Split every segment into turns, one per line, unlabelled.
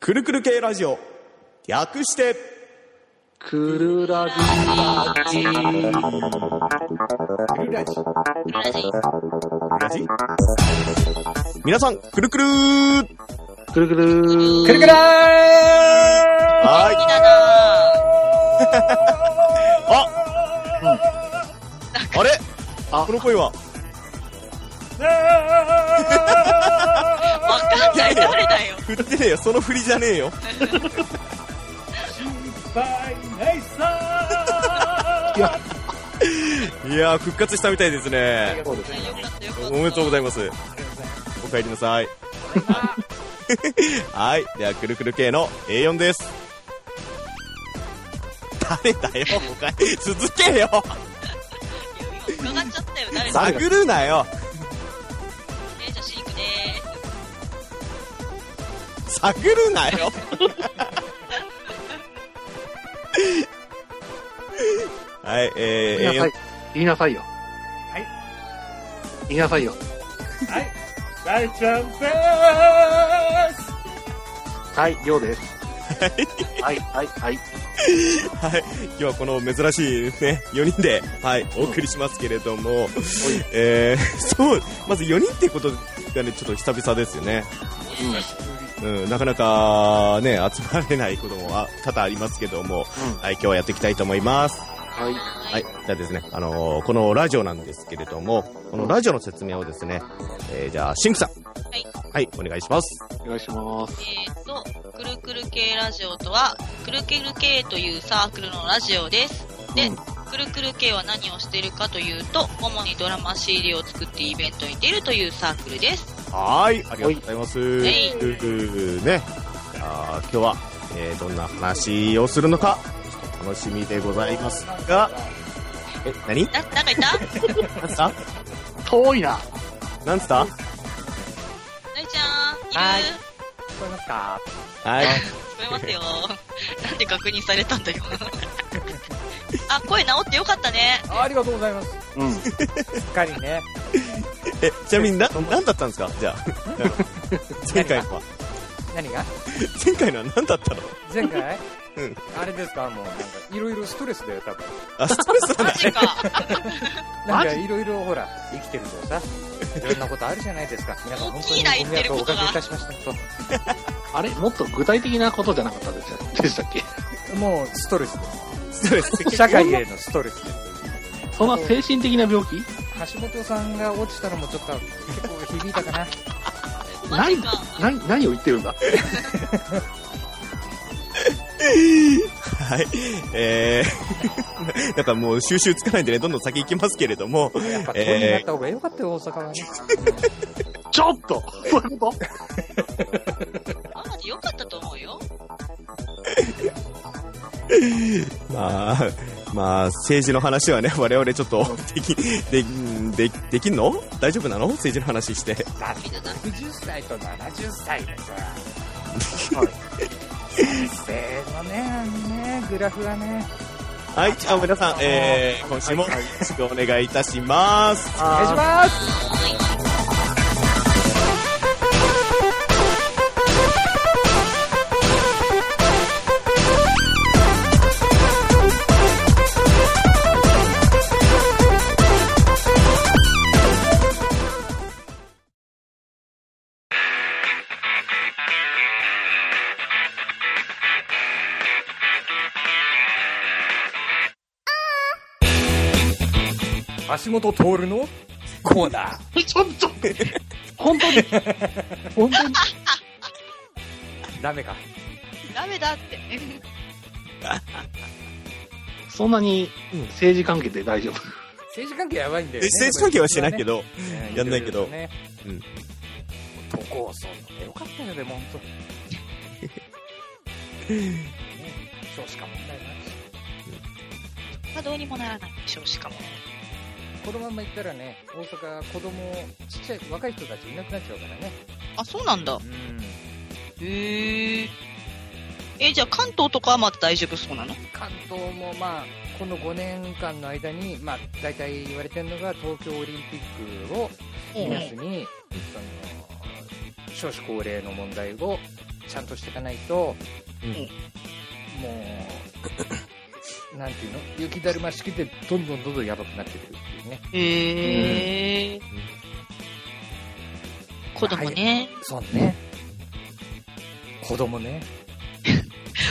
くるくる系ラジオ略して
くるらじ。
ラジ皆さんくるくる
くるくる
くるくるー
は
だ
い あ、あれあこの声は
なわかんない。誰だよ。
振ってねえよその振りじゃねえよ
いや、
いやー復活したみたいですね
そうですね。
よかったよかった。
おめでとうございますお帰りなさいはいではくるくる系の A4 です誰だよおかえ続けよ
伺っちゃったよ。誰だよ。
探るなよ
えじゃあシークでー
探るな よはい、え
言い
ー、
なさ
A4
い。言いなさいよ。
はい。
言いなさいよ。
はい。ライちゃんです
はい、りょうです。はい、はい、はい。
はい、今日はこの珍しいね、4人で、はい、お送りしますけれども、えー、そう、まず4人ってことがね、ちょっと久々ですよね。うん、なかなかね、集まれないこともあ多々ありますけども、
うん
はい、今日はやっていきたいと思います。
はい。
はい、じゃあですね、あのーこのラジオなんですけれども、このラジオの説明をですね、えー、じゃあ、シンクさん。
はい。
はい、お願いします。
お願いします。
えーと、くるくる系ラジオとは、くるくる系というサークルのラジオです。で、くるくる系は何をしているかというと、主にドラマ CD を作ってイベントに出るというサークルです。
はーい、ありがとうございます。
い
グーグーね。じゃあ、今日は、えーどんな話をするのか、ちょっと楽しみでございますが、え、何
な、なんかいた
なんつった
遠いな。
なんつったは
大ちゃん、
はいい
る
聞こえますか
い。
聞こえますよ。 なんで確認されたんだよ。 あ、声治ってよかったね。
あありがとうございます。
うん。
すっかりね。
え、ちなみにな、なんだったんですかじゃあ。前回のは。
何が
前回のは何だったの
前回
うん
あれです かもうなんか、いろいろストレスだよ、多分。
あ、ストレスなん
マ
だ。
ジか。
なんか、いろいろほら、生きてると さ、いろんなことあるじゃないですか。皆さん本当にご迷惑をおかけいたしました。本
あれもっと具体的なことじゃなかったですよでしたっけ
当もう、ストレスで
ストレ ス。
す。社会へのストレスで
そんな精神的な病気
橋本さんが落ちたのもちょっと結構響いたか な。
な
マ
い
ジか。
な何を言ってるんだ
はい。えー、なん かもう収集つかないんでね、どんどん先行きますけれども、
やっぱ、鳥になった方が良かったよ、大阪はね。
ちょっとそういうこと
マジでよかったと思うよ。
まあ、まあ、政治の話はね、 我々ちょっと、でき、で、んで、できんの大丈夫なの政治の話して。
だって
みんなな
60歳と70歳で さ、先生のね、ね、グラフがね、
はい、じゃあ皆さん、えー、今週もよろしくお願いいたします。
お願いします橋本徹のコーナー。
ちょっと本 当に本当に
ダメか。
ダメだって。
そんなに政治関係で大丈夫
政治関係やばいんだ
え
よね。
政治関係はしてないけ
ど、
ど、やんないけど
ろろね
うん。
都構想のよかったよ、でも本当。ね 少子化問題もあるし
まあどうにもならないでしょう、しかも。
このまま行ったらね、大阪、子供、ちっちゃい、若い人たちいなくなっちゃうからね。
あ、そうなんだ。
うん。
へえ。え、じゃあ関東とかはまだ大丈夫そうなの
関東もまあこの5年間の間に、まあ、大体言われてるのが東京オリンピックを目安に、その少子高齢の問題をちゃんとしていかないと、
うん
もうなんていうの雪だるま式でどんどんどんどんやばくなってくるっていうね
へえ。子供ね。
そうね子供ね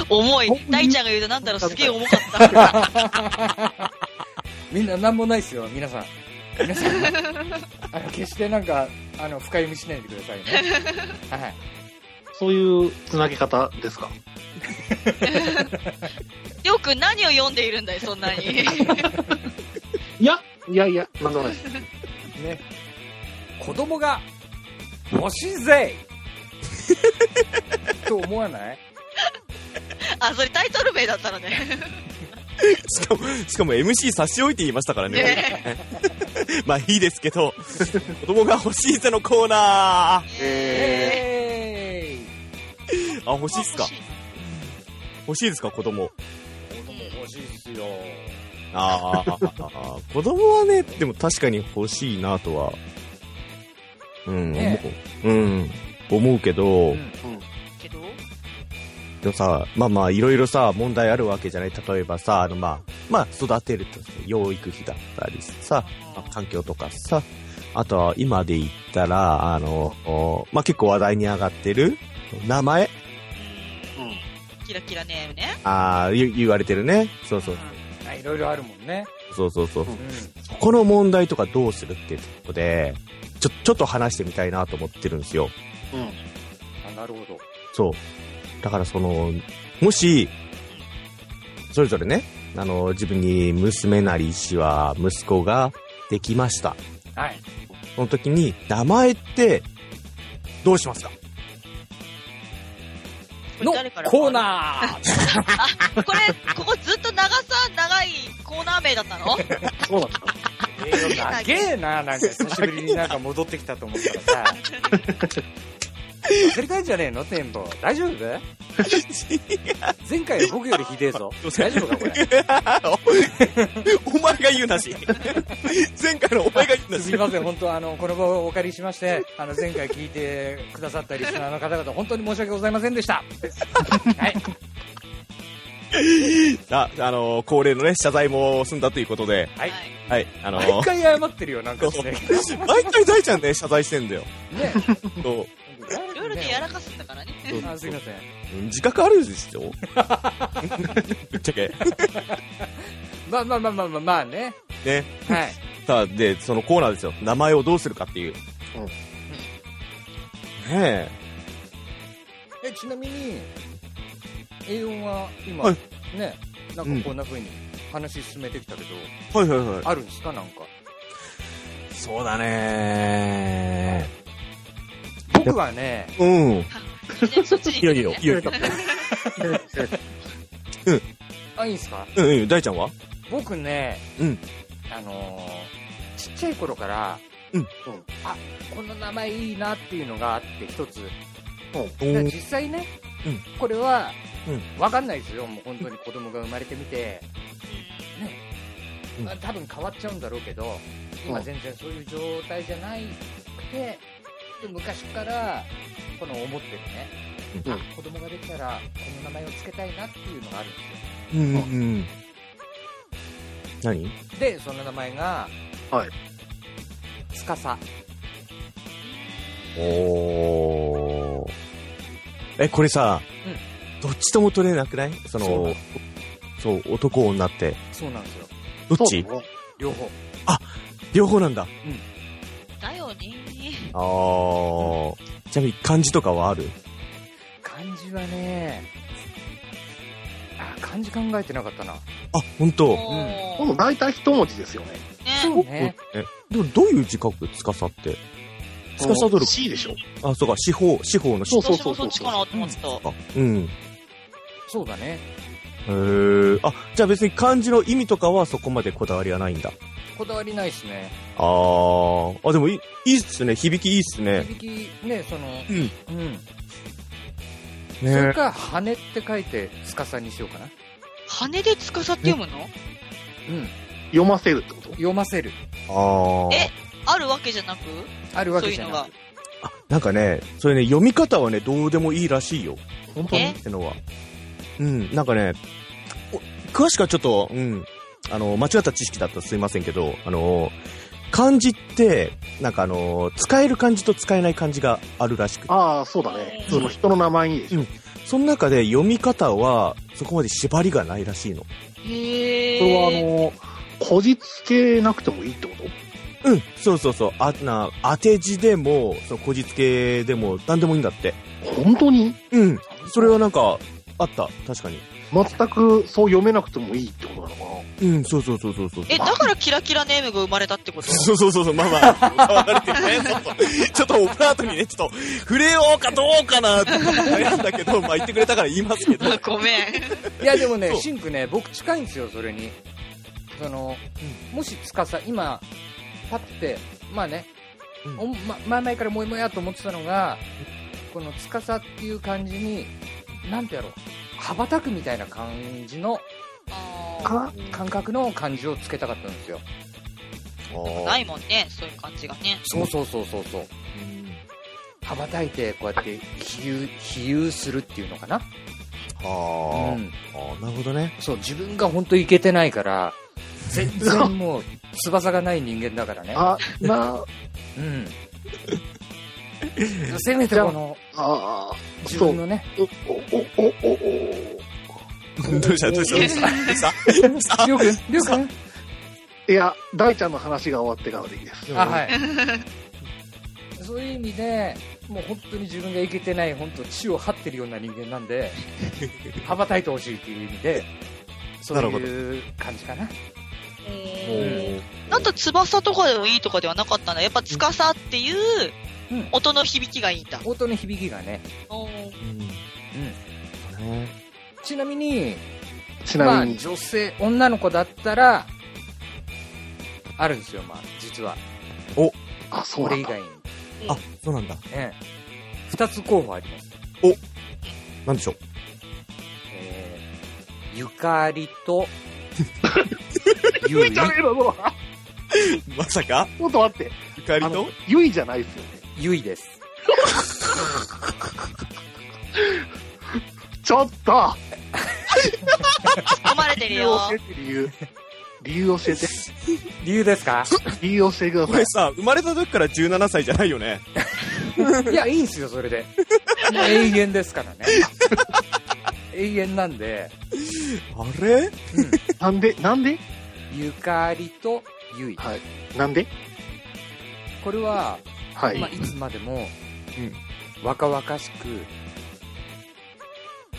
重い
お。
大ちゃんが言うとなんだろう、すげえ重か った。
みんな何もないですよ皆さん皆さん あの決してなんかあの深読みしないでくだ さいねはい
そういうつなぎ方ですか
りょうくん何を読んでいるんだい、そん なに。
いや、いやいや、なんでもないです。
ね、子供が欲しいぜ と思わない
あ、それタイトル名だったのね。
しかも、しかも MC 差し置いて言いましたからね。
ね
まあいいですけど、子供が欲しいぜのコーナー。
え
え
あ、欲しいっすか欲しいですか、子供。
ー、子供欲しいっすよ
あーあー、あー子供はね、でも確かに欲しいなとは、うん、
ね
思う。うん、思うけど、
うん
けど、
でもさ、まあまあ、いろいろさ、問題あるわけじゃない。例えばさ、あのまあ、まあ、育てるとさ、養育費だったりさ、まあ環境とかさ、あとは今で言ったら、あの、おまあ結構話題に上がってる、名前
キラキラネームね。
ああ、言言われてるね。そうそう。
あいろいろあるもんね、
そうそうそう。
うん
そこの問題とかどうするっていうとこで、ちょ、ちょっと話してみたいなと思ってるんですよ。
あなるほど
そう。だからその、もし、それぞれね、あの、自分に娘なりしは息子ができました。
はい
その時に、名前って、どうしますか
こ
の
れ誰から
コーナー
ー。これ、ここずっと長さ、長いコーナー名だったの
ー、そうなんだ。
えー長えななんか久しぶりになんか戻ってきたと思ったらさ 忘れたんじゃねえのテンポ大丈夫前回は僕よりひでえぞ大丈夫 かこれ
お前が言うなし。 前回のお前が言うな
すみません、本当、あの、この場をお借りしまして、あの、前回聞いてくださったリスナーの方々、本当に申し訳ございませんで した。はい。
あ、あの、恒例のね、謝罪も済んだということで、
はい。
はい、あの、
毎回謝ってるよ、なんかね。
毎回大ちゃんね、謝罪してんだよ。
ね。
そう
いろいろでやらかすんだからね。
そう
あすみません。
自覚あるでしょぶっちゃけ。
まあまあまあまあまあ、まあね。
ね。
はい。
さあ、で、そのコーナーですよ。名前をどうするかっていう。
うん
ね
え、ちなみに、A4 は今、
はい
ね、なんかこんな風に話進めてきたけど、
え。はいはいはい。
あるんですか、なんか。
そうだね
僕はね、
うん。
そっちに
いやいやいやいや。
あ、いいんすか
うんうん。大ちゃんは
僕ね、
うん
あのーちっちゃい頃から、
うん
あこの名前いいなっていうのがあって一つ
お
実
ー
際ね、
うん
これは、
う
わかんないですよもう本当に子供が生まれてみて、
うん
あ多分変わっちゃうんだろうけど今
うん
全然そういう状態じゃないくてで昔からこの思ってるね、
うん
あ子供ができたらこの名前を付けたいなっていうのがあるんですよ
うんうん。何
でその名前が
はい
つかさ
おー。え、これさ、どっちとも取れなくないそ
そうな
の
の、
そう、男女って。
そうなんですよ
どっ
そう
ち
だね
両方
両方なんだ。
だよね。
あー。ちなみに漢字とかはある
漢字はねあ漢字考えてなかったな
あ、本当。
でも
も
大体一文字ですよね。
う、ね。
そうね
え、でもどういう字書く司って。司
この
る。
C でしょ。
あ、そうか、司法、司法の司
そ
法
うそうそうそ
私もそうっちかなと思ってた。
か。うん。へ
そうだね
え。あ、じゃあ別に漢字の意味とかはそこまでこだわりはないんだ。
こだわりないしね
あー。あ、でもいい、いいっすね。響きいいっすね。
響きねその
うん。
うん、それ
ね
か羽って書いてつかさにしようかな
羽で司って読むの
うん
読ませるってこと
読ませる
あー。
えあるわけじゃなく
あるわけじゃな
そういうの
く
なんかね、それね、読み方はね、どうでもいいらしいよ。
本当
え
ってのは。うん、なんかね、お詳しくはちょっと、うん、あの、間違った知識だったらすいませんけど、あの、漢字って、なんかあの、使える漢字と使えない漢字があるらしくて、
ああ、そうだね。その人の名前にでしょ。
その中で読み方は、そこまで縛りがないらしいの。
へえ。
それはあの、こじつけなくてもいいってこと
うん、そうそうそう、あな当て字でも、そのこじつけでも、なんでもいいんだって。
本当に
うん、それはなんか、あった、確かに。
全くそう読めなくてもいいってことなのか
うん、そうそうそうそうそう。
え、だからキラキラネームが生まれたってこと
そうそうそうそう、まあまあ、 騒がれてるね、ちょっと、ちょっとオブラートにね、ちょっと、触れようかどうかなって悩んだけど、まあ言ってくれたから言いますけど。
あ ごめん。
いやでもね
そう
シンクね僕近いんですよそれにその、もし司今パッてまあね、
うん
おま、前々からもやもやと思ってたのがこの司っていう感じになんてやろう羽ばたくみたいな感じの
あ
な
感覚の感じをつけたかったんですよ
ーないもんね、そういう感じがね。
そうそうそうそうそう羽ばたいてこうやって比喩比喩するっていうのかな、
は
うん、
あ、ああ、なるほどね。
そう自分が本当いけてないから全然もう翼がない人間だからね
あ、な、
うん。せめてこの
ああ、
自
そう
分。のね、
お、お、お、お、お、
どうしたどうしたどうしたどうした
りょうくん、りょうくん。
いや、大ちゃんの話が終わってからでいいです。
あ、はい。そういう意味で、もう本当に自分がいけてない、本当地を張ってるような人間なん で、羽ばたいてほしいっていう意味で、そう
なる
いう感じかな。
うんなんと翼とかでもいいとかではなかったんだ。やっぱ司っていう
うん
音の響きがいいんだ。
音の響きがね。ちなみに、
ち
ま
な
あ
みに、
女性、女の子だったら、あるんですよ、まあ、実は。
あ、そう
こ
な
れ
ん
以
だ。
外に。
あ、そうなんだ。
ええ。二つ候補あります。
なんでしょう。
えーゆかり と、ゆい
じゃねえだろ、
まさか
ちょっと待って。
ゆかり
あの
と、
ゆいじゃないですよね。
ゆいです。
ちょっと
含まれてる
理
よ
由。教えて、理由。理由教えて。
理由です か
理由教えてくだ
こ
さい
れ。さ、生まれた時から17歳じゃないよね。
いや、いいんすよ、それで。もう永遠ですからね。永遠なんで、
あれ
なんで、なんで
ゆかりとゆい。
はい。なんで
これは、、
はい
まあ、
い。
いつまでも、若々しく、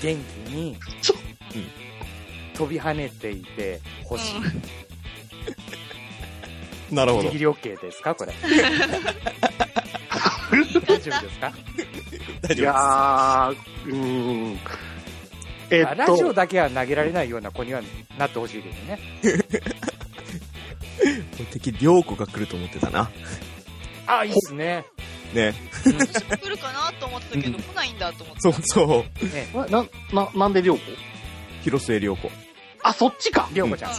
元気に
ちょ、
うん
飛び跳ねていてほしい。
なるほ
ギリ
ど
ギ。リ OK ですかこれ。大丈夫
大
い
ですか
丈夫です。
やー、うーん。え
まあ
っ
ラジオ
と、
だけは投げられないような子にはなってほしいけどね。
これ敵、りょうこが来ると思ってたな。
あ、いいっすね。
ね。
私も来るかなと思ってたけど、来ないんだと思って。
そうそう。
な、な、ななんでりょうこ
広末りょうこ。
あ、そっちか
りょうこちゃん。
う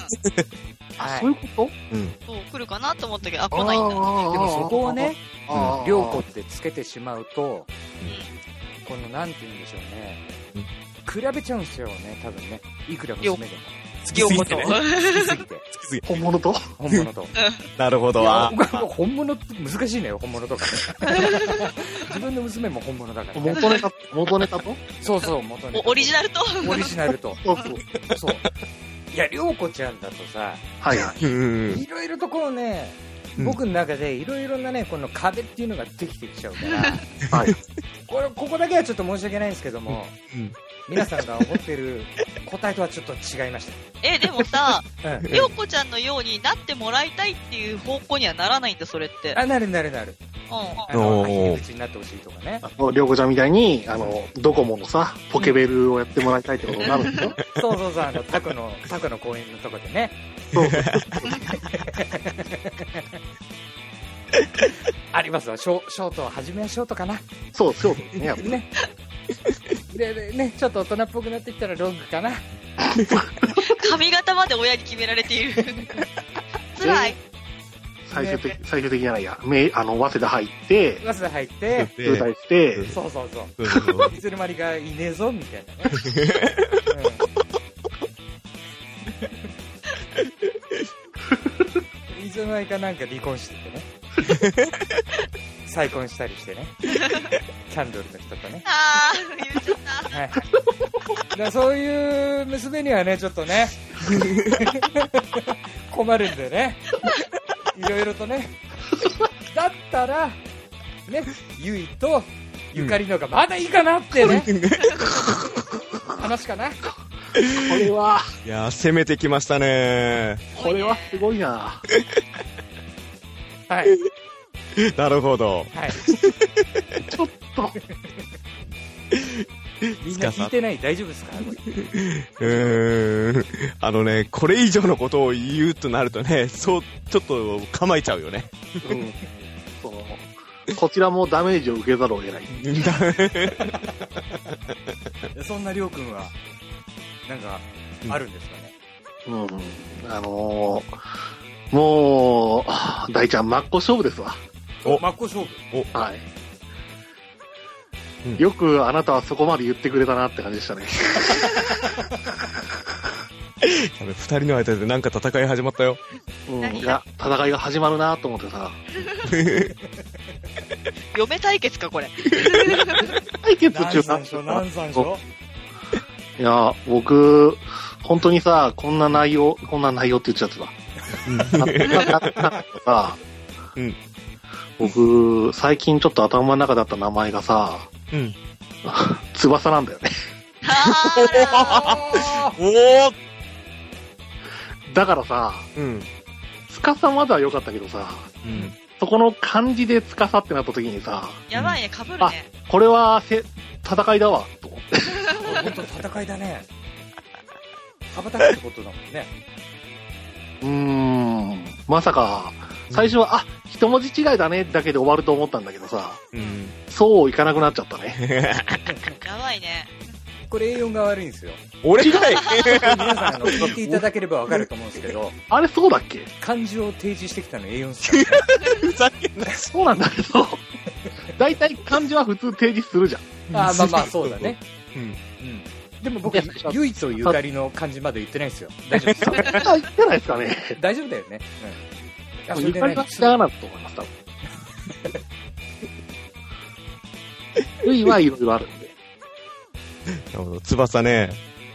は
そういうこと
うん。
んそう、来るかなと思ったけど、あ、
あ
来ないんだ。
ー
でもそこをね、
あー
りょうこってつけてしまうと、このなんて言うんでしょうね
うん。
比べちゃうんですよね、多分ね。いくら娘でも。
好
両方
て
と。
ね。
好きす
好
ぎて。
きすぎ
本 物と
本物と。
なるほど。
いや
あ
本物って難しいのよ、本物 とか。自分の娘も本物だからね。
元ネタ、元ネタと
そうそう、元に。
おオリジナルと
オリジナルと。
そうそう。
そう。いや、りょうこちゃんだとさ、
はいはい。
うんうんうん
いろいろとこうね、
うん
僕の中でいろいろなね、この壁っていうのができてきちゃうか ら、
はい
これ、ここだけはちょっと申し訳ないんですけども、
うん
皆さんが思ってる答えとはちょっと違いまし
え、でもさ、
た。うん
りょうこちゃんのようになってもらいたいっていう方向にはならないんだ、それって。
あ、なるなるなる。
う
あの、
おー
入り口になってほしいとかね。
あの、りょうこちゃんみたいに、あの、ドコモのさ、ポケベルをやってもらいたいってことになるん ですよ。
そうそうそう、あの、タコの、タコの公園のとこでね。
そうそう。
ありますわ、ショショート、初めはショートかな。
そう、そうですね、やっぱ り。
ね。で、でね、ちょっと大人っぽくなってきたらロングかな。
ん。髪型まで親に決められている。辛い。
最終的、最終的じゃないや、めあの、早稲田入って、
早稲田入って、
で
舞台して、
そうそうそう。
そうそうそう
いつの間にかいねえぞ、みたいなね。うんいつの間にかなんか離婚しててね。再婚したりしてね。キャンドルの人とね。
あー、言っちゃった。
はいだからそういう娘にはね、ちょっとね、 困るんでね、いろいろとね、だったら、ね、ゆいとゆかりのがまだいいかなってね、話かな。
これは、
いやー、攻めてきましたね。
これはすごいな
はい。
なるほど。
はい。
ちょっと、
みんな聞いてない大丈夫ですかこ
う
れ
ーん。あのね、これ以上のことを言うとなるとね、そう、ちょっと構えちゃうよ ね。
うん、その、こちらもダメージを受けざるを得ない。
そんなりょうくんは、なんか、あるんですかね。
うん、あのー、もう、大ちゃん、真っ向勝負ですわ。
お
真っ向勝負。
はい
うん。
よくあなたはそこまで言ってくれたなって感じでしたね。
やべ二人の間でなんか戦い始まったよ。
うん、いや、戦いが始まるなと思ってさ。
嫁対決か、こ れ。
対決
何
中
歳でしょ何歳でしょ
いや、僕、本当にさ、こんな内容、こんな内容って言っちゃってた。さ、
うん
僕、最近ちょっと頭の中だった名前がさ、
うん。
翼なんだよね。
あー。
おお
だからさ、
うん。
司までは良かったけどさ、
うん。
そこの漢字で司ってなった時にさ、
やばいね、かぶる
あ
ね。
これはせ戦いだわ、と思って。
本当戦いだね。羽ばたくってことだもんね。
うーん、まさか、最初は、あ、一文字違いだね、だけで終わると思ったんだけどさ、
うん。
そういかなくなっちゃった ね。
やばいね。
これ A4 が悪いんですよ。
俺かい
皆さん、あの、言っていただければわかると思うんですけど、
あれそうだっけ
漢字を提示してきたの A4 っす から
ふざけんな。
そうなんだけど、大体漢字は普通提示するじゃん。
あーまあまあ、そうだね。
うん。
うん。でも僕
いや最初は、
ゆいとゆかりの漢字まで言ってないんですよ。大丈夫です よ。
あ、言ってないですかね。
大丈夫だよね。うん。あそれ
ゆ
で
か
ね
りはひらがなだと思います、多分。ゆいはいろいろあるんで。
なるほど。翼ね。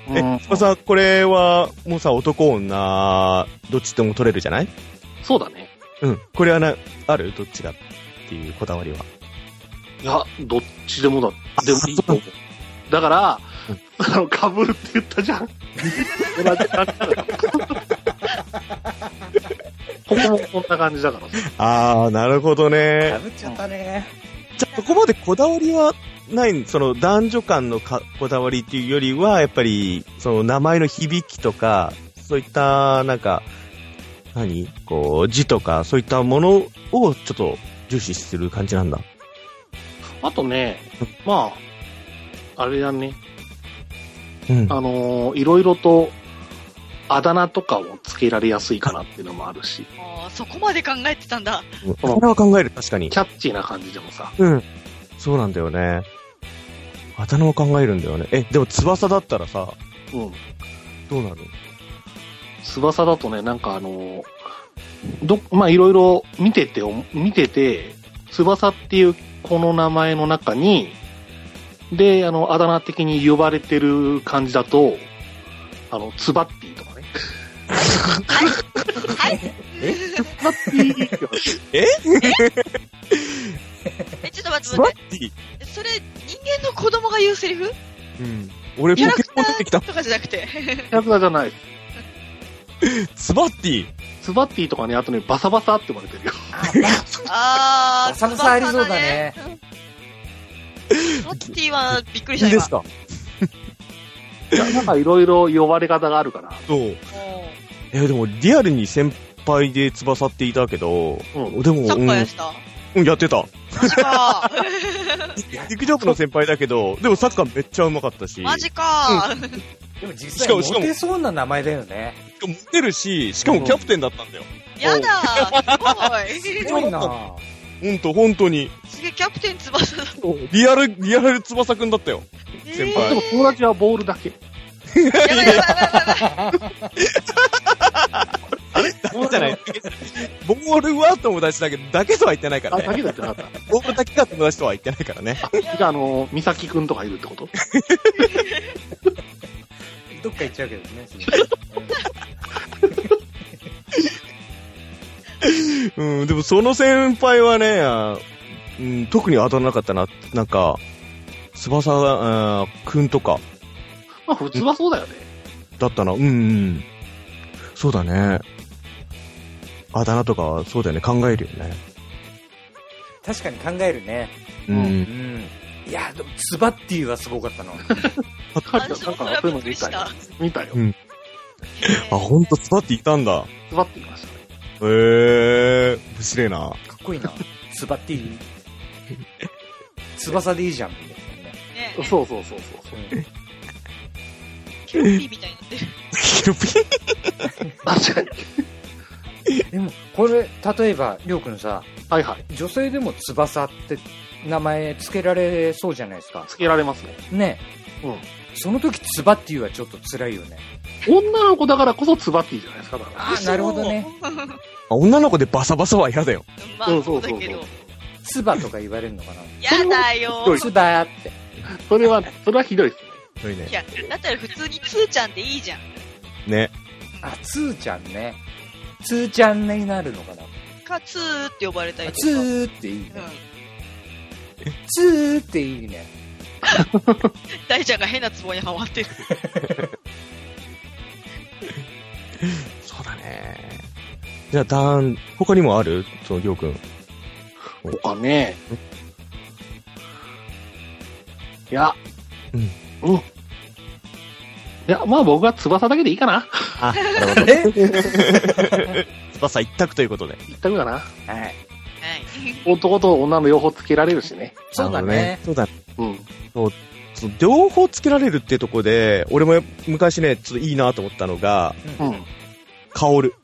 え
うん、
翼、これは、もうさ、男、女、どっちとも取れるじゃない
そうだね。
うん。これはな、あるどっちがっていうこだわりは。
いや、どっちでもだ。でもいいと思う。だから、あの、かぶるって言ったじゃん。同じ感じだから。ここもこんな感じだからさ。
あー、なるほどね
か。ぶっちゃったね。
じゃあ、そこまでこだわりはないんその、男女間のかこだわりっていうよりは、やっぱり、その、名前の響きとか、そういった、なんか、何こう、字とか、そういったものを、ちょっと、重視する感じなんだ。
あとね、まあ、あれだね。
うん。
あのーいろいろと、あだ名とかをつけられやすいかなっていうのもあるし、
あーそこまで考えてたんだ。
それは考える、確かに。
キャッチーな感じでもさ、
うん。そうなんだよね。頭を考えるんだよね。え、でも翼だったらさ、
うん。
どうなる
翼だとね、なんかあのーど、まあ、いろいろ見てて、お見てて、翼っていうこの名前の中に、で、あの、あだ名的に呼ばれてる感じだと、あの、ツバッティとかね。
え、ちょっと待って
スバ
待っ
ッティ
て。それ、人間の子供が言うセリフ
うん。俺、ポ
キャラ
ケ
クタ
モン出てきた
ー。とかじゃな くて。
キャラクターじゃない。
ツバッティ
ツバッティとかね、あとね、バサバサって呼ばれてるよ。
あー、
浅野さんありそうだね。
サッティはびっくりし
い
た
いで
今
す。か
いやなんかいろいろ呼ばれ方があるから、
そう。
お
え、でも、リアルに先輩で翼っていたけど、
うん
で
ー
も、
サ
う
ッ
ん
カーやってた
うん、やってた。
マジか
陸上部の先輩だけど、でもサッカーめっちゃうまかったし、
マジか
でも実
しか
際、モ
もしかも
テそうな名前だよね。
持ってるし、しかもキャプテンだったんだよ。
やだーす
す
ごい
ごいな
ほんと、本当に。
すげえキャプテン翼だ
リアル、リアル翼くんだったよ。先輩
でも友達はボールだけ。
えーやばいやばいやばいやばい
じゃない。ボールは友達だけど、だけとは言ってないか
あ、
ら
だ
ね。
けだってなかった。
ボールだけが友達とは言ってないからね。
じゃあ、あの、美咲くんとかいるってこと
どっか行っちゃうけどね。
うん、でもその先輩はね、あうん、特に当たらなかったな。なんか、翼あーくんとか
まあ、普通はそうだよね。
だったな。うん、うん。そうだね。あだ名とか、そうだよね。考えるよね。
確かに考えるね。
う。
うんん。いや、でも、ツバッティはすごかったな。
カリちゃんなんかそういうの見たよ。見たよ
う。んあ、ほんと、ツバっていたんだ。
座っていましたね。
へえー、面白いな。
かっこいいな。ツバッティ。翼でいいじゃん。みたいなね
ねえ
そうそうそうそう。
キャピーみたいになってる
キルピン
確かに。
でも、これ、例えば、りょうくんさ、
はいはい。
女性でも翼って名前つけられそうじゃないですか。
つけられますね。
ね。
うん。
その時、ツバッティはちょっと辛いよね。
女の子だからこそツバティじゃないですか、だから。
あーなるほどね。
あ女の子でバサバサは嫌だよ。
ま
うんそ
あそうう
そ
だ
うそう
けど
ツバとか言われるのかな。
やだよ
そう
ー
そ
ツバーって。
それは、それはひどいですね。
そういうね
い。やだったら普通にツーちゃんでいいじゃん
ね。
あ、ツーちゃんね。ツーちゃんになるのかな。
かツーって呼ばれたりとか
ツーっていいね
う。ん
ツーっていいね。
大ちゃんが変なツボにハマってる
そうだね。じゃあ、ダーン、他にもあるその、りょうくん。
他ね。いや。うん。うん。いや、まあ僕は翼だけでいいかな。
あ、なるほど。
え
翼一択ということで。
言ったくかな。
はい。
はい
男と女の両方つけられるしね。
そうだね。
そうだね。
うん。
そう両方つけられるってとこで、俺も昔ね、ちょっといいなと思ったのが、
う
うん
ん。
カオル。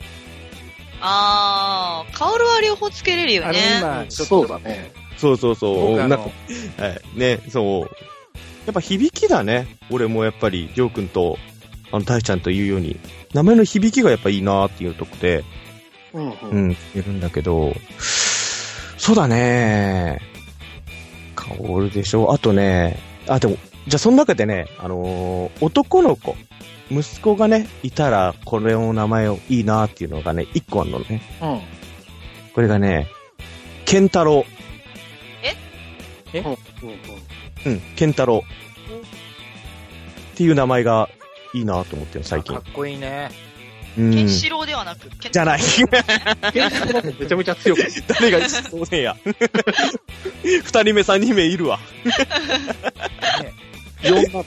あーカオルは両方つけれるよ
あの
ね
今、ちょっ
そう
と
だね。
そうそうそう。
僕あ
なんか
の、、
はい、ね、そう。やっぱ響きだね。俺もやっぱり、りょうくんと、あの、大ちゃんと言うように、名前の響きがやっぱいいなっていうとこで、
うん、う。
うんん、いるんだけど、そうだね。カオルでしょ。あとね、あ、でも、じゃあその中でね、あのー男の子、息子がね、いたら、これの名前をいいなっていうのがね、一個あるのね。
うん。
これがね、ケンタロ
うん。
ウ。うん、ケンタロウ。っていう名前がいいなと思ってる最近
かっ。こいいね。
うん。
ケン
じ
シロウではなくケン
ゃない。
めちゃめちゃ強く。
誰が、そうねや。 二人目、三人目いるわ。
4だったよね。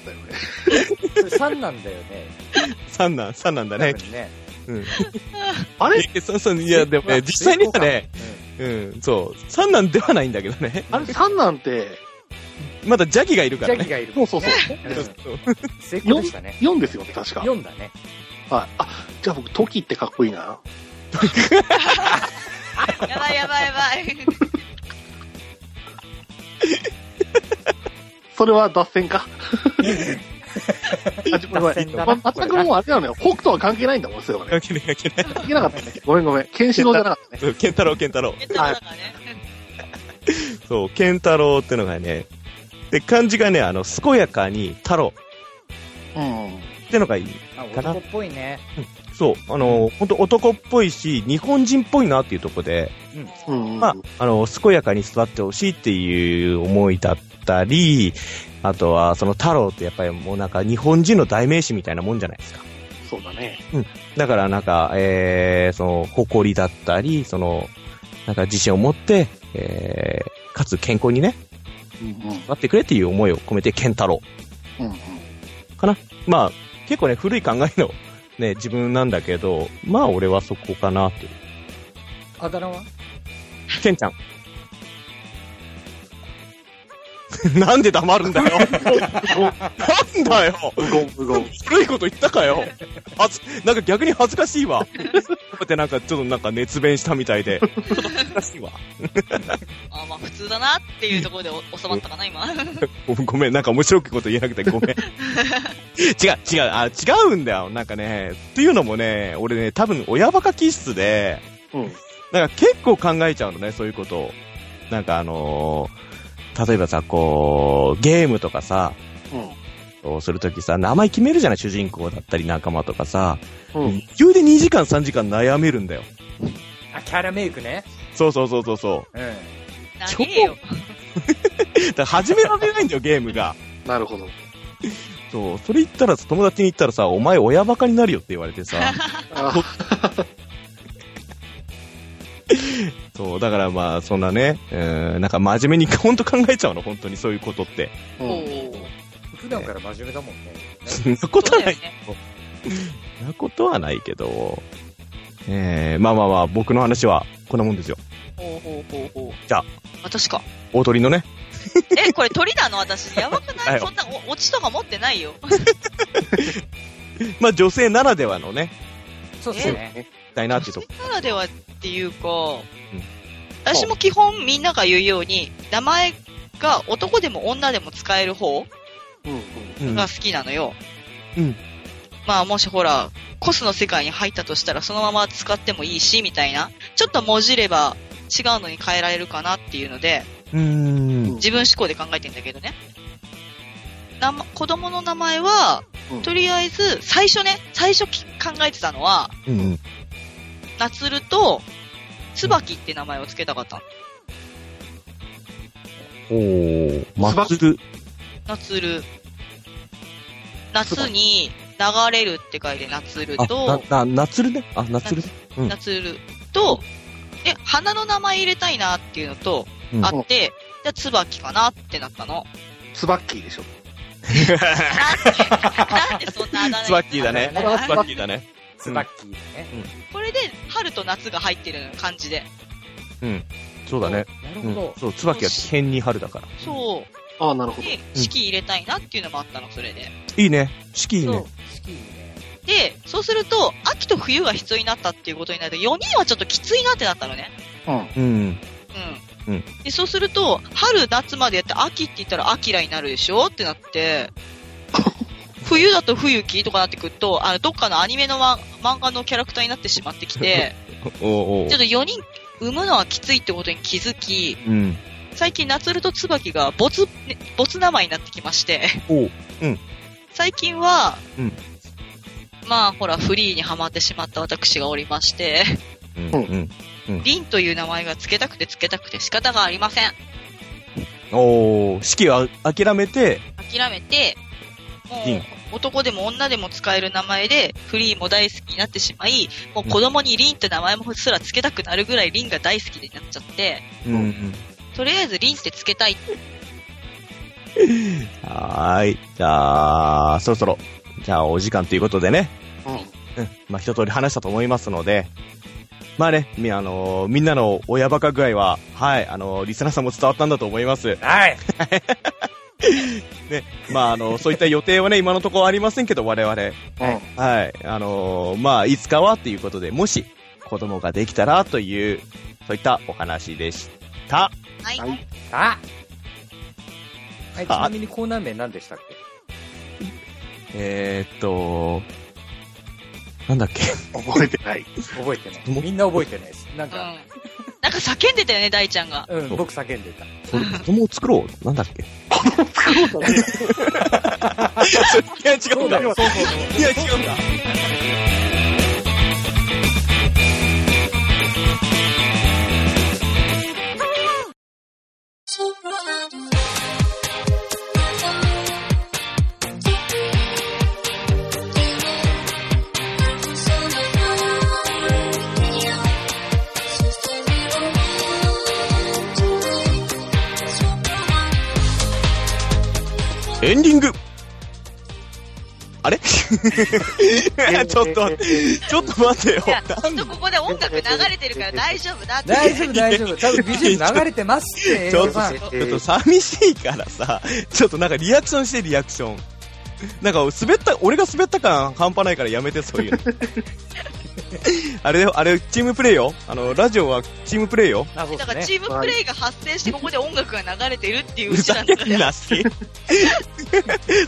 それ三なんだよね。
三男、三男だ
多
ね。
分ね。
うん。
あれ
え そうそう、いや、でもね、実際にはね、うん、そう、三男ではないんだけどね。
あれ3なんて、
まだ邪気がいるか
ジ
ら
ャギ
ね。
がいる。
そうそうそう。
うん
そう
成功でしたね。
4ですよね、確か。はい。
4だね。
あ、じゃあ僕、トキってかっこいいな。
やばいやばいやばい
それは脱線か。あ、ちょごめ
脱線
ん。
だ
ま
な
全くもうあれだよね。北斗は関係ないんだもん、それはね。
関係ない関係ない
関係なかったね。ごめんごめん。ケンシロウじゃなかったね。
そう。ケンタロウ、ケンタロウ。
ケンタロウだからね
そう、ケンタロウってのがね、で、漢字がね、あの、健やかに太郎
う
ってのがいい。
あ、
かな
男っぽいね。
そう、あの、本当男っぽいし、日本人っぽいなっていうとこで、
ん。うん、うん。
まあ、あの、健やかに育ってほしいっていう思いだったり、あとは、その太郎ってやっぱりもうなんか日本人の代名詞みたいなもんじゃないですか。
そうだね。
だからなんか、えー、その、誇りだったり、その、なんか自信を持って、えー、かつ健康にね、
うん、うん。
なってくれっていう思いを込めて、健太郎。
うん、うん。
まあ、結構ね、古い考えの、 ね、自分なんだけど、まあ俺はそこかなっていう。
あだ名は
ケンちゃん。 なんで黙るんだよ。なんだよ。
無言無言。
悪いこと言ったかよ。はず、なんか逆に恥ずかしいわ。 ってなんかちょっとなんか熱弁したみたいで。ちょっと恥ずかしいわ。
あ、まあ普通だなっていうところでお収まったかな、 今。
ごめん、なんか面白いこと言えなくてご めん。違う、違う、あ、違うんだよ。なんかね、っていうのもね、俺ね、多分親バカ気質で、
うん。
なんか結構考えちゃうのね、そういうことを。なんかあのー例えばさ、こう、ゲームとかさ、をするときさ、名前決めるじゃない主人公だったり仲間とかさ、
うん。うん。
急で2時間3時間悩めるんだよ。
あ、キャラメイクね。
そうそうそうそうそう。
うん。
長えよ。
だから始められないんだよ、ゲームが。
なるほど。
そう、それ言ったらさ、友達に言ったらさ、お前親バカになるよって言われてさ、
あ
そう、だからまあ、そんなね、うん、なんか真面目にほんと考えちゃうの、本当にそういうことって。
う
お
ん。
ー
普段から真面目だもんね。
そんなことはない。
そうだよね
そんなことはないけど、えー、まあまあまあ、僕の話はこんなもんですよ。
ほうほうほうほう。
じゃあ。
私か。
大鳥のね、
え、これ鳥なの私。やばく
は
ないいそんなお、オチとか持ってないよ。
まあ女性ならではのね、
そうっすね。
みたいなっていうとこ。
ならではっていうか、私も基本みんなが言うように、名前が男でも女でも使える方
うん。うん
うん
が好きなのよ。
うん。
まあもしほら、コスの世界に入ったとしたらそのまま使ってもいいし、みたいな。ちょっともじれば違うのに変えられるかなっていうので、
うーん。
自分思考で考えてんだけどね。なま、子供の名前は、
うん
とりあえず、最初ね、最初き考えてたのは、
うん。
夏ると、椿って名前を付けたかったの。
おー、まつる。
夏る。夏に流れるって書いて夏る
あ
と、、
な、な、なつるね。あ、なつるね。うん
夏ると、で、花の名前入れたいなっていうのと、
うん
あって、じゃあ椿かなってなっ たの。
ツバッキーでしょ。
なんでそんなあだ名
ツバッキーだね。
あ
ツバッキーだね。
スバッキーだね。
これで、春と夏が入ってるのよ感じで。
そうだね。
なる
う
ほ
ん
ど。
そう、椿は危険に春だから。
そう。
ああ、なるほど。
で、四季入れたいなっていうのもあったの、それで。
いいね。四季いい
そ
ね
う。
スキーね。
で、そうすると、秋と冬が必要になったっていうことになると、4人はちょっときついなってなったのね。
うん。
うん。
うん。
うん
で、そうすると、春、夏までやって秋って言ったら秋らになるでしょってなって、 冬だと冬木とかなってくると、あの、どっかのアニメのマン漫画のキャラクターになってしまってき て、
おうおう
ちょっと4人産むのはきついってことに気づき、
うん。
最近夏ると椿がボツ、ねボツ名前になってきまして、
おう
最近は、
うん
まあほら、フリーにハマってしまった私がおりまして、
うん。うん。
リンという名前が付けたくて付けたくて仕方がありません。
おー、四季は諦めて、
諦めて、も
リン
う男でも女でも使える名前で、フリーも大好きになってしまい、もう子供にリンって名前もすら付けたくなるぐらいリンが大好きになっちゃって、
うんうん。
とりあえずリンって付けたい。
はーい。じゃあ、そろそろ、じゃあお時間ということでね。
う
うん。まあ、一通り話したと思いますので、まあね、み、あのーみんなの親バカ具合は、はい、あのーリスナーさんも伝わったんだと思います。
はい。
まあ、あのーそういった予定はね、今のところありませんけど、我々。
ん。
はい。あのーまあ、いつかはということで、もし、子供ができたらという、そういったお話でした。
はい。
はい
あはい、ちなみにコーナー名何でしたっけ
えー、っと、なんだっけ。
うん。覚えて ない。
覚えてない。みんな覚えてないです。なん
うん。
か、
なんか叫んでたよね、大ちゃんが。
うん、僕叫んでた。
これ子供を作ろう。なんだっけ。 いや、違
そうだよ、そうそうそう。
いや、違うんだ。エンディングあれ ちょっと、ちょっと待てよ
いや、。き
なん
っとここで音楽流れてるから大丈夫だって。
大丈夫、大丈夫。多分 BGM 流れてますって、
ちょっと
さん。
ちょっと寂しいからさ、ちょっとなんかリアクションしてリアクション。なんか滑った、俺が滑った感半端ないからやめて、そういうの。あれだよ、あれ、チームプレイよ。あの、ラジオはチームプレイよ。
あ、そう
だか
で
ら
すね。
チームプレイが発生してここで音楽が流れてるって いう
ふ
う手
ざ
段
け
だか
ん
ら。
なし。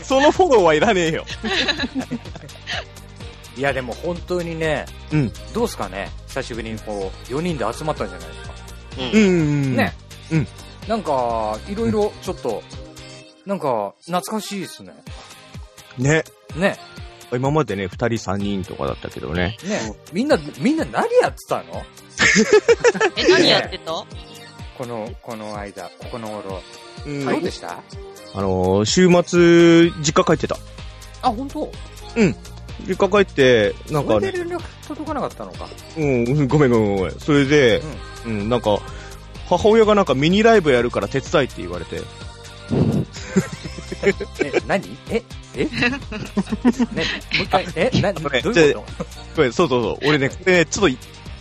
そのフォローはいらねえよ。
いや、でも本当にね、
うん
どうすかね、久しぶりにこう、4人で集まったんじゃないですか。
うーん。
ね。
うん。
なんか、いろいろちょっと、なんか、懐かしいですね。
ね。
ね、
今までね、二人三人とかだったけどね。
ね、みんな、みんな何やってたの
え、何やってた
この、この間、ここの頃。
うん
どうでした
あのー、週末、実家帰ってた。
あ、本当
実家帰って、なんか
こ
ね
れで、連絡届かなかったのか。
うん、ごめんごめんごめん。それで、うん、なんか、母親がなんかミニライブやるから手伝いって言われて、
え、何え えね、もう一回、えな、どう
ね
いうこ
これそうそうそう、俺ね、これねちょっと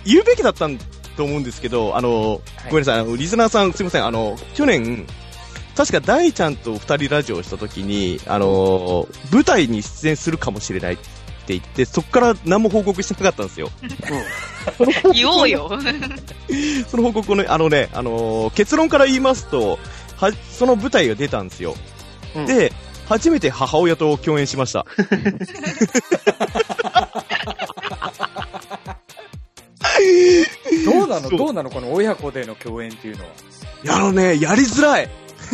言うべきだったんと思うんですけど、あの、
はい
ごめんなさい、あの、リスナーさんすいません、あの、去年、確か大ちゃんと二人ラジオをした時に、あの、舞台に出演するかもしれないって言って、そっから何も報告してなかったんですよ。
言おう よ。
その報告をね、あのね、あのー結論から言いますと、は、その舞台が出たんですよ。
うん
で、初めて母親と共演しました。
とどうなの
そう
どうなのこの親子での共演っていうのは。
いやあのね、やりづらい。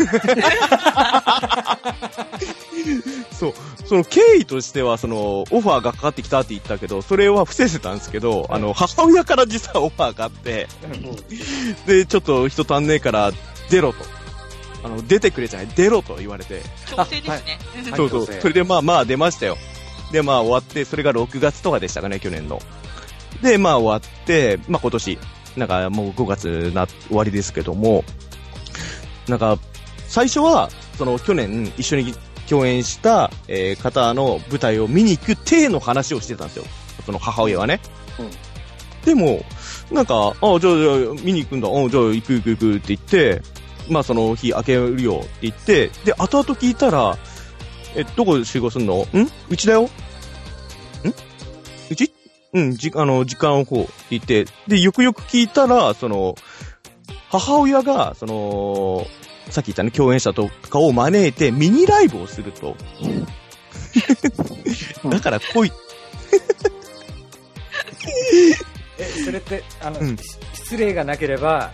そう、その経緯としては、その、オファーがかかってきたって言ったけど、それは伏せてたんですけど、あの、母親から実はオファーがあって、で、ちょっと人足んねえから、出ろと。あの、出てくれじゃない、出ろと言われて。
強制ですね。
はい
そうそう。
女性
それでまあまあ出ましたよ。でまあ終わって、それが6月とかでしたかね、去年の。でまあ終わって、まあ今年、なんかもう5月な終わりですけども、なんか最初は、その去年一緒に共演した、えー方の舞台を見に行く体の話をしてたんですよ。その母親はね。
うん
でも、なんか、あじゃあ、じゃあ、見に行くんだ、あじゃあ、行く行く行くって言って、まあ、その日、開けるよって言って、で、後々聞いたら、え、どこ集合すんのんうちだよんうちうん、じ、あの、時間の方って言って、で、よくよく聞いたら、その、母親が、その、さっき言ったね、共演者とかを招いて、ミニライブをすると。 だから来い、
え、それって、あの、
うん
し失礼がなければ、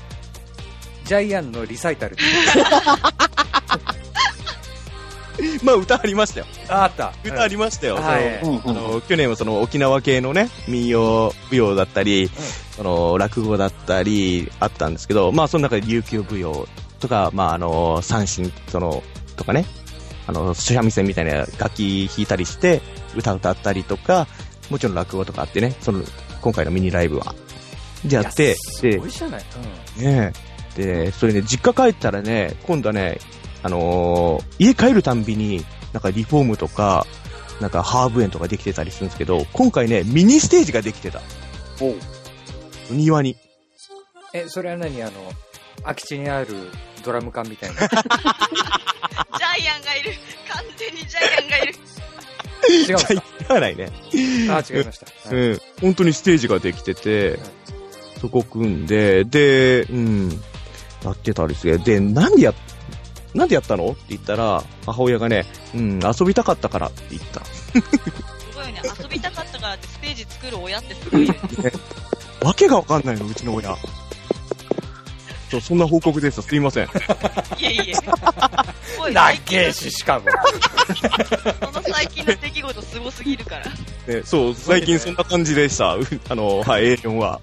ジャイアンのリサイタ ルっていう
まあ、歌ありましたよ。
あ、あった。
歌ありましたよ。
は
その
い。
うん
あの去年はその沖縄系のね、民謡、舞踊だったり、その落語だったりあったんですけど、まあその中で琉球舞踊とか、まああの、三振、その、とかね、あの、三味線みたいな楽器弾いたりして、歌歌ったりとか、もちろん落語とかあってね、その、今回のミニライブは。でやって、
美
で、
味しいじゃない。
ねえで、それね、実家帰ったらね、今度はね、あのー家帰るたんびに、なんかリフォームとか、なんかハーブ園とかできてたりするんですけど、今回ね、ミニステージができてた。
おう
庭に。
うん。え、それは何あの、空き地にあるドラム缶みたい な。
ジャイアンがいる。完全にジャイアンがいる。
違うん
じゃあ、いらないね。
あ、違いました。はい
うん。本当にステージができてて、そこ組んで、で、うん、やってたりする。で、なんでや、なんでやったのって言ったら、母親がね、うん、遊びたかったからって言った。
すごいよね。遊びたかったからってステージ作る親ってすごいよ ね。
わけがわかんないの、うちの親。そうそんな報告でした。すいません。
いえいえ。すごい
な
最近
げし、しかも。
のその最近の出来事すごすぎるから。
ね、そう、最近そんな感じでした。う あの、はい、A4 は。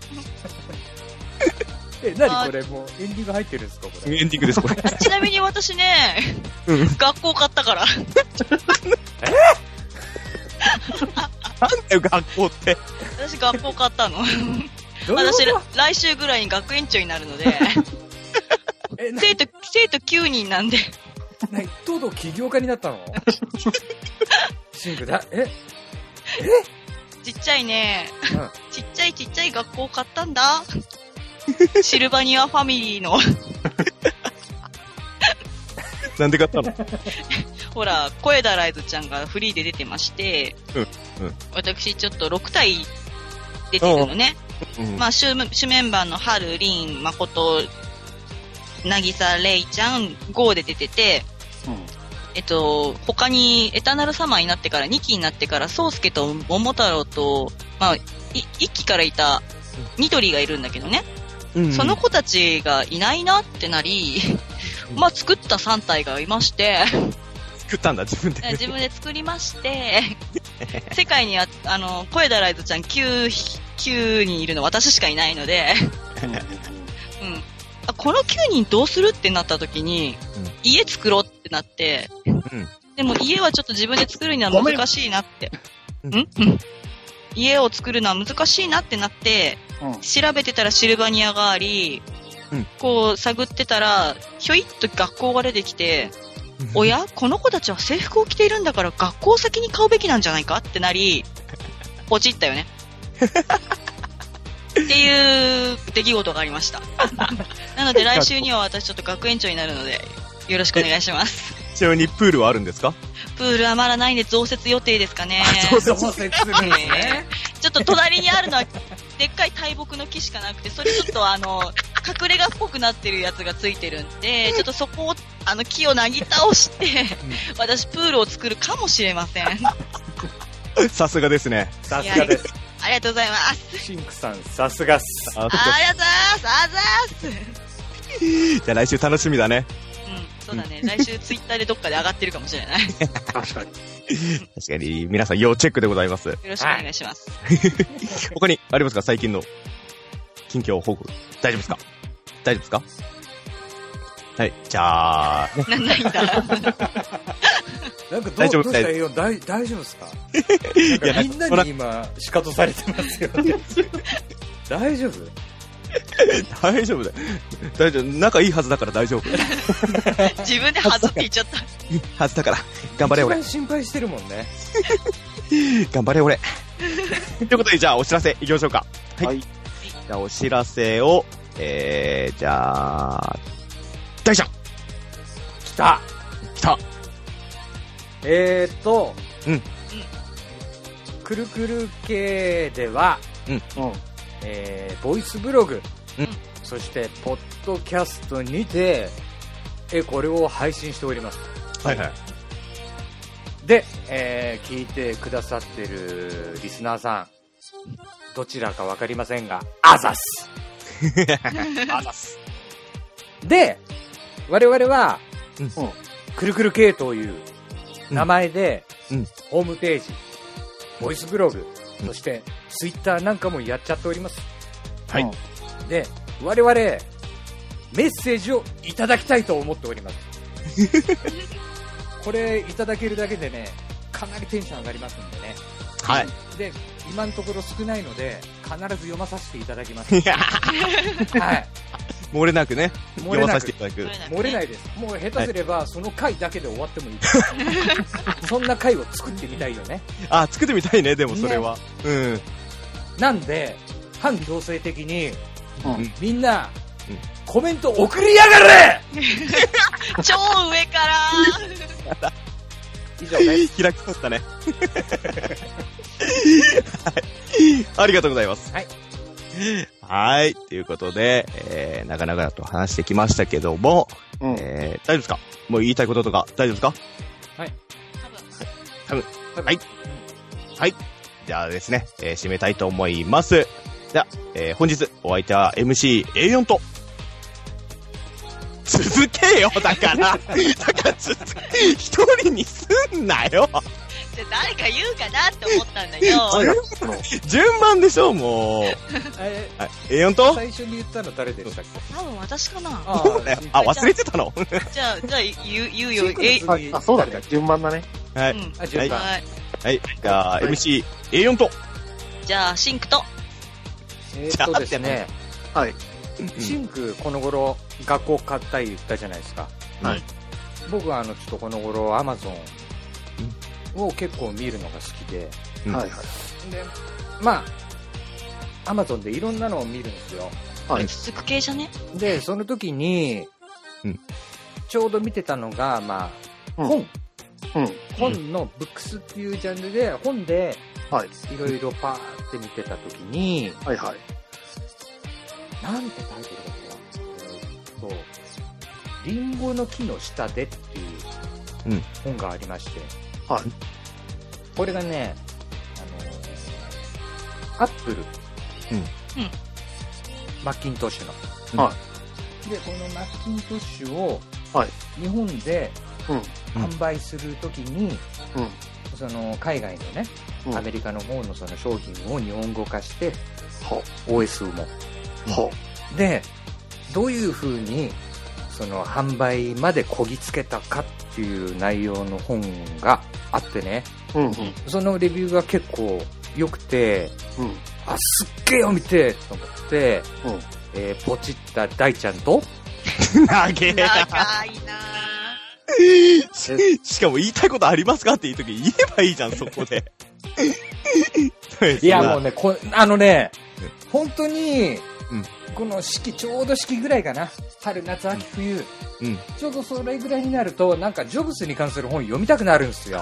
え、なにこれもうエンディング入ってるんですかこ
エ
れ。
ンディングです、これ。
ちなみに私ね
うん、
学校買ったから。
なんだよ、学校って。
私学校買ったの。
どういうこ
私
と、
来週ぐらいに学園長になるので、
え、な、
生徒、生徒9人なんで、
な、とうとう起業家になったのしシングだ。え
ちっちゃいね、
うん
ちっちゃいちっちゃい学校買ったんだ。シルバニアファミリーの、
なんで買ったの
ほら、小枝ライズちゃんがフリーで出てまして、
うんうん
私ちょっと6体出てるのね。
うん
まあ、主主メンバーの春、凛、誠、なぎさ、れいちゃん、ゴーで出てて、えっと、他にエターナルサマーになってから、2期になってから、宗介と桃太郎と、まあ、い1期からいたニトリがいるんだけどね、
うん
その子たちがいないなってなり、
うん
まあ、作った3体がいまして、
作ったんだ、自分で。
自分で作りま して、世界にあ、あの、小枝ライトちゃん9、9人いるの私しかいないので、 うん、あこの9人どうするってなった時に、
うん
家作ろうってなって、
うん
でも家はちょっと自分で作るには難しいなって。
ご
ん
めん
うん家を作るのは難しいなってなって、
うん
調べてたらシルバニアがあり、
うん
こう探ってたら、ひょいっと学校が出てきて、おやこの子たちは制服を着ているんだから学校を先に買うべきなんじゃないかってなり、ポチったよね。っていう出来事がありました。なので来週には私ちょっと学園長になるので、よろしくお願いします。
ちなみにプールはあるんですか
プールはまだないんで増設予定ですかね。
どうせ するんですね。
ちょっと隣にあるのは、でっかい大木の木しかなくて、それちょっとあの、隠れ家っぽくなってるやつがついてるんで、ちょっとそこを、あの木をなぎ倒して、私プールを作るかもしれません。
さすがですね。
さすがです。
ありがとうございます。
シンクさん、さすがっす。
あ
ありがとうございます。ありがとうございます。
じゃあ来週楽しみだね。
うん、そうだ ね。来週ツイッターでどっかで上がってるかもしれない。よ
確かに。
確かに、皆さん要チェックでございます。
ろしくお願いします。
他にありますか最近の近況報告。大丈夫ですか大丈夫ですかはい。じゃあ、ね
な、ないんだ。
なんかどう
大丈夫
どうしたらいいよ大大丈夫 ですかなんかみんなに今、仕方されて ますよ。大丈夫
大丈夫だよ。大丈夫。仲いいはずだから大丈夫。
自分ではずって言っちゃった。。
はずだから。頑張れ俺
一。番心配してるもんね。
頑張れ俺。ということで、じゃあお知らせいきましょうか。はい。
はい
じゃあお知らせを、えー、じゃあ、大ちゃん
来た
来た
えーっと、
うん
くるくる系では、
うん。
えーボイスブログ、
うん
そして、ポッドキャストにて、え、これを配信しております。
はいはい。
で、えー聞いてくださってるリスナーさん、どちらかわかりませんが、ア ザス
あざっす。
で、我々は、
うん
くるくる系という名前で、
うん
ホームページ、ボイスブログ、
うん
そしてツイッターなんかもやっちゃっております。
はい
で、我々、メッセージをいただきたいと思っております。これいただけるだけでね、かなりテンション上がりますんでね。
はい。
で、今のところ少ないので、必ず読まさせていただき ます。はい。
漏れなくね、
漏
読
れ
まさ
な
せ
く
ていただく。
漏れないいです。もう下手すれば、その回だけで終わってもいい です。そんな回を作ってみたいよね。
あ、作ってみたいね、でもそれは。うん。
なんで、反強制的に、
うん
みんな
うん、
コメント送りやがれ
超上から。
以上です。
開きまったね。はい。ありがとうございます。
はい。
はい。ということで、えー、長々と話してきましたけども、
うん。
えー、大丈夫ですかもう言いたいこととか、大丈夫ですか
多分
はいじゃあですね、えー締めたいと思います。では、えー本日お相手は MCA4 と、続けよ、だから。だから続け、一人にすんなよ。
じゃあ誰か言うかなって思ったんだけ ど、
そうよ順番でしょ、もう。
え
はい、A4 と
最初に言ったの誰でしたっけ
多分私かな。
あ
あ、忘れてたの
じゃあ、じゃあ言う、言うよ。え、
ー
あ、そうだね。。順番だね。
は
う
い。
ん。
あ、順番。
はい。
はい。じゃあ、
はい
MCA4 と。
じゃあ、シンクと、
えーっとですね、
はい。
シンク、この頃、学校買ったり言ったじゃないですか。
はい。
僕は、あの、ちょっとこの頃、アマゾン、を結構見るのが好きで、
うん
はい
で、まあ、アマゾンでいろんなのを見るんですよ。
はい。
続く系じゃね
で、その時に、
うん
ちょうど見てたのが、まあ、
うん
本、
うん。
本のブックスっていうジャンルで、本で
はい。
いろいろパーって見てた時に、
はいはい。
なんてタイトルだったかなえーっと、リンゴの木の下でっていう
うん
本がありまして、
はい
これがね、あの、アップル、
うん
うん
マッキントッシュの。
うん
は
で、このマッキントッシュを、
はい
日本で
うん。
販売するときに、
うん。
その海外のね、
うん
アメリカの方のその商品を日本語化して、
ほ
OS も
う。ほ
でどういうふうにその販売までこぎつけたかっていう内容の本があってね
う。うん。うん。
そのレビューが結構良くて
うん。
あすっげえ読みてえと思って、
うん
えーポチった大ちゃんと
投げ
長いな
し しかも言いたいことありますかっていう時言えばいいじゃん、そこで。
いやもうねこあのね本当に
うん
この四季ちょうど四季ぐらいかな春夏秋冬、
うん
ちょうどそれぐらいになるとなんかジョブスに関する本読みたくなるんです よ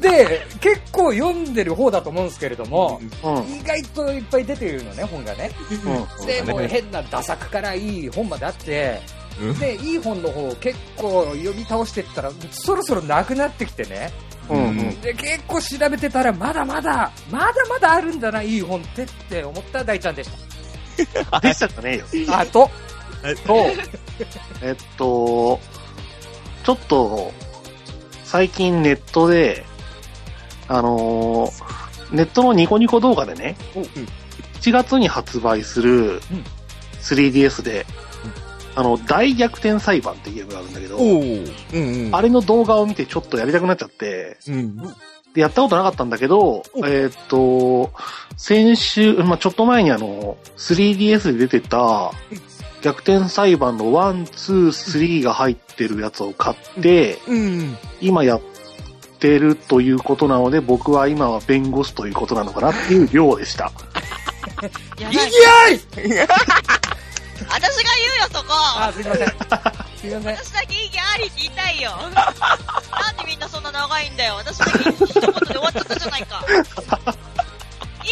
で結構読んでる方だと思うんですけれども、
うん。
意外といっぱい出てるのね本がね
うん。
で
そうだね
もう変なダサ作からいい本まであって、
うん
でいい本の方を結構読み倒してったらそろそろなくなってきてね
うん。うん。
で結構調べてたらまだまだまだまだあるんだないい本ってって思った大ちゃんでし
できちゃったねえよ。
たあと
と、えっと、ちょっと、最近ネットで、あのーネットのニコニコ動画でね、
おう
1月に発売する
うん
3DS で、あの、大逆転裁判っていうゲームがあるんだけど、
おーうんうん。
あれの動画を見てちょっとやりたくなっちゃって、
うん。
でやったことなかったんだけど、えーっと、先週、まあ、ちょっと前にあの、3DS で出てた、逆転裁判の1、2、3が入ってるやつを買って、
うん。
今やってるということなので、僕は今は弁護士ということなのかなっていう量でした。
やば
い
い
き
な
あ い
私が言うよそこ
あすいませんすいません
私だけ意義ありって言いた いよなんでみんなそんな長いんだよ私だけ一言で終わっちゃったじゃない か意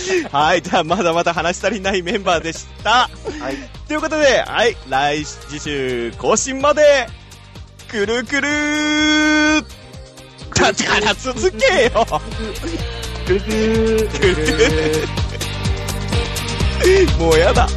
義
は
あり
い、じゃあまだまだ話し足りないメンバーでした。
はい。
ということで、はい、来週更新まで、くるくるーだから続けよ
くるくる
もうやだ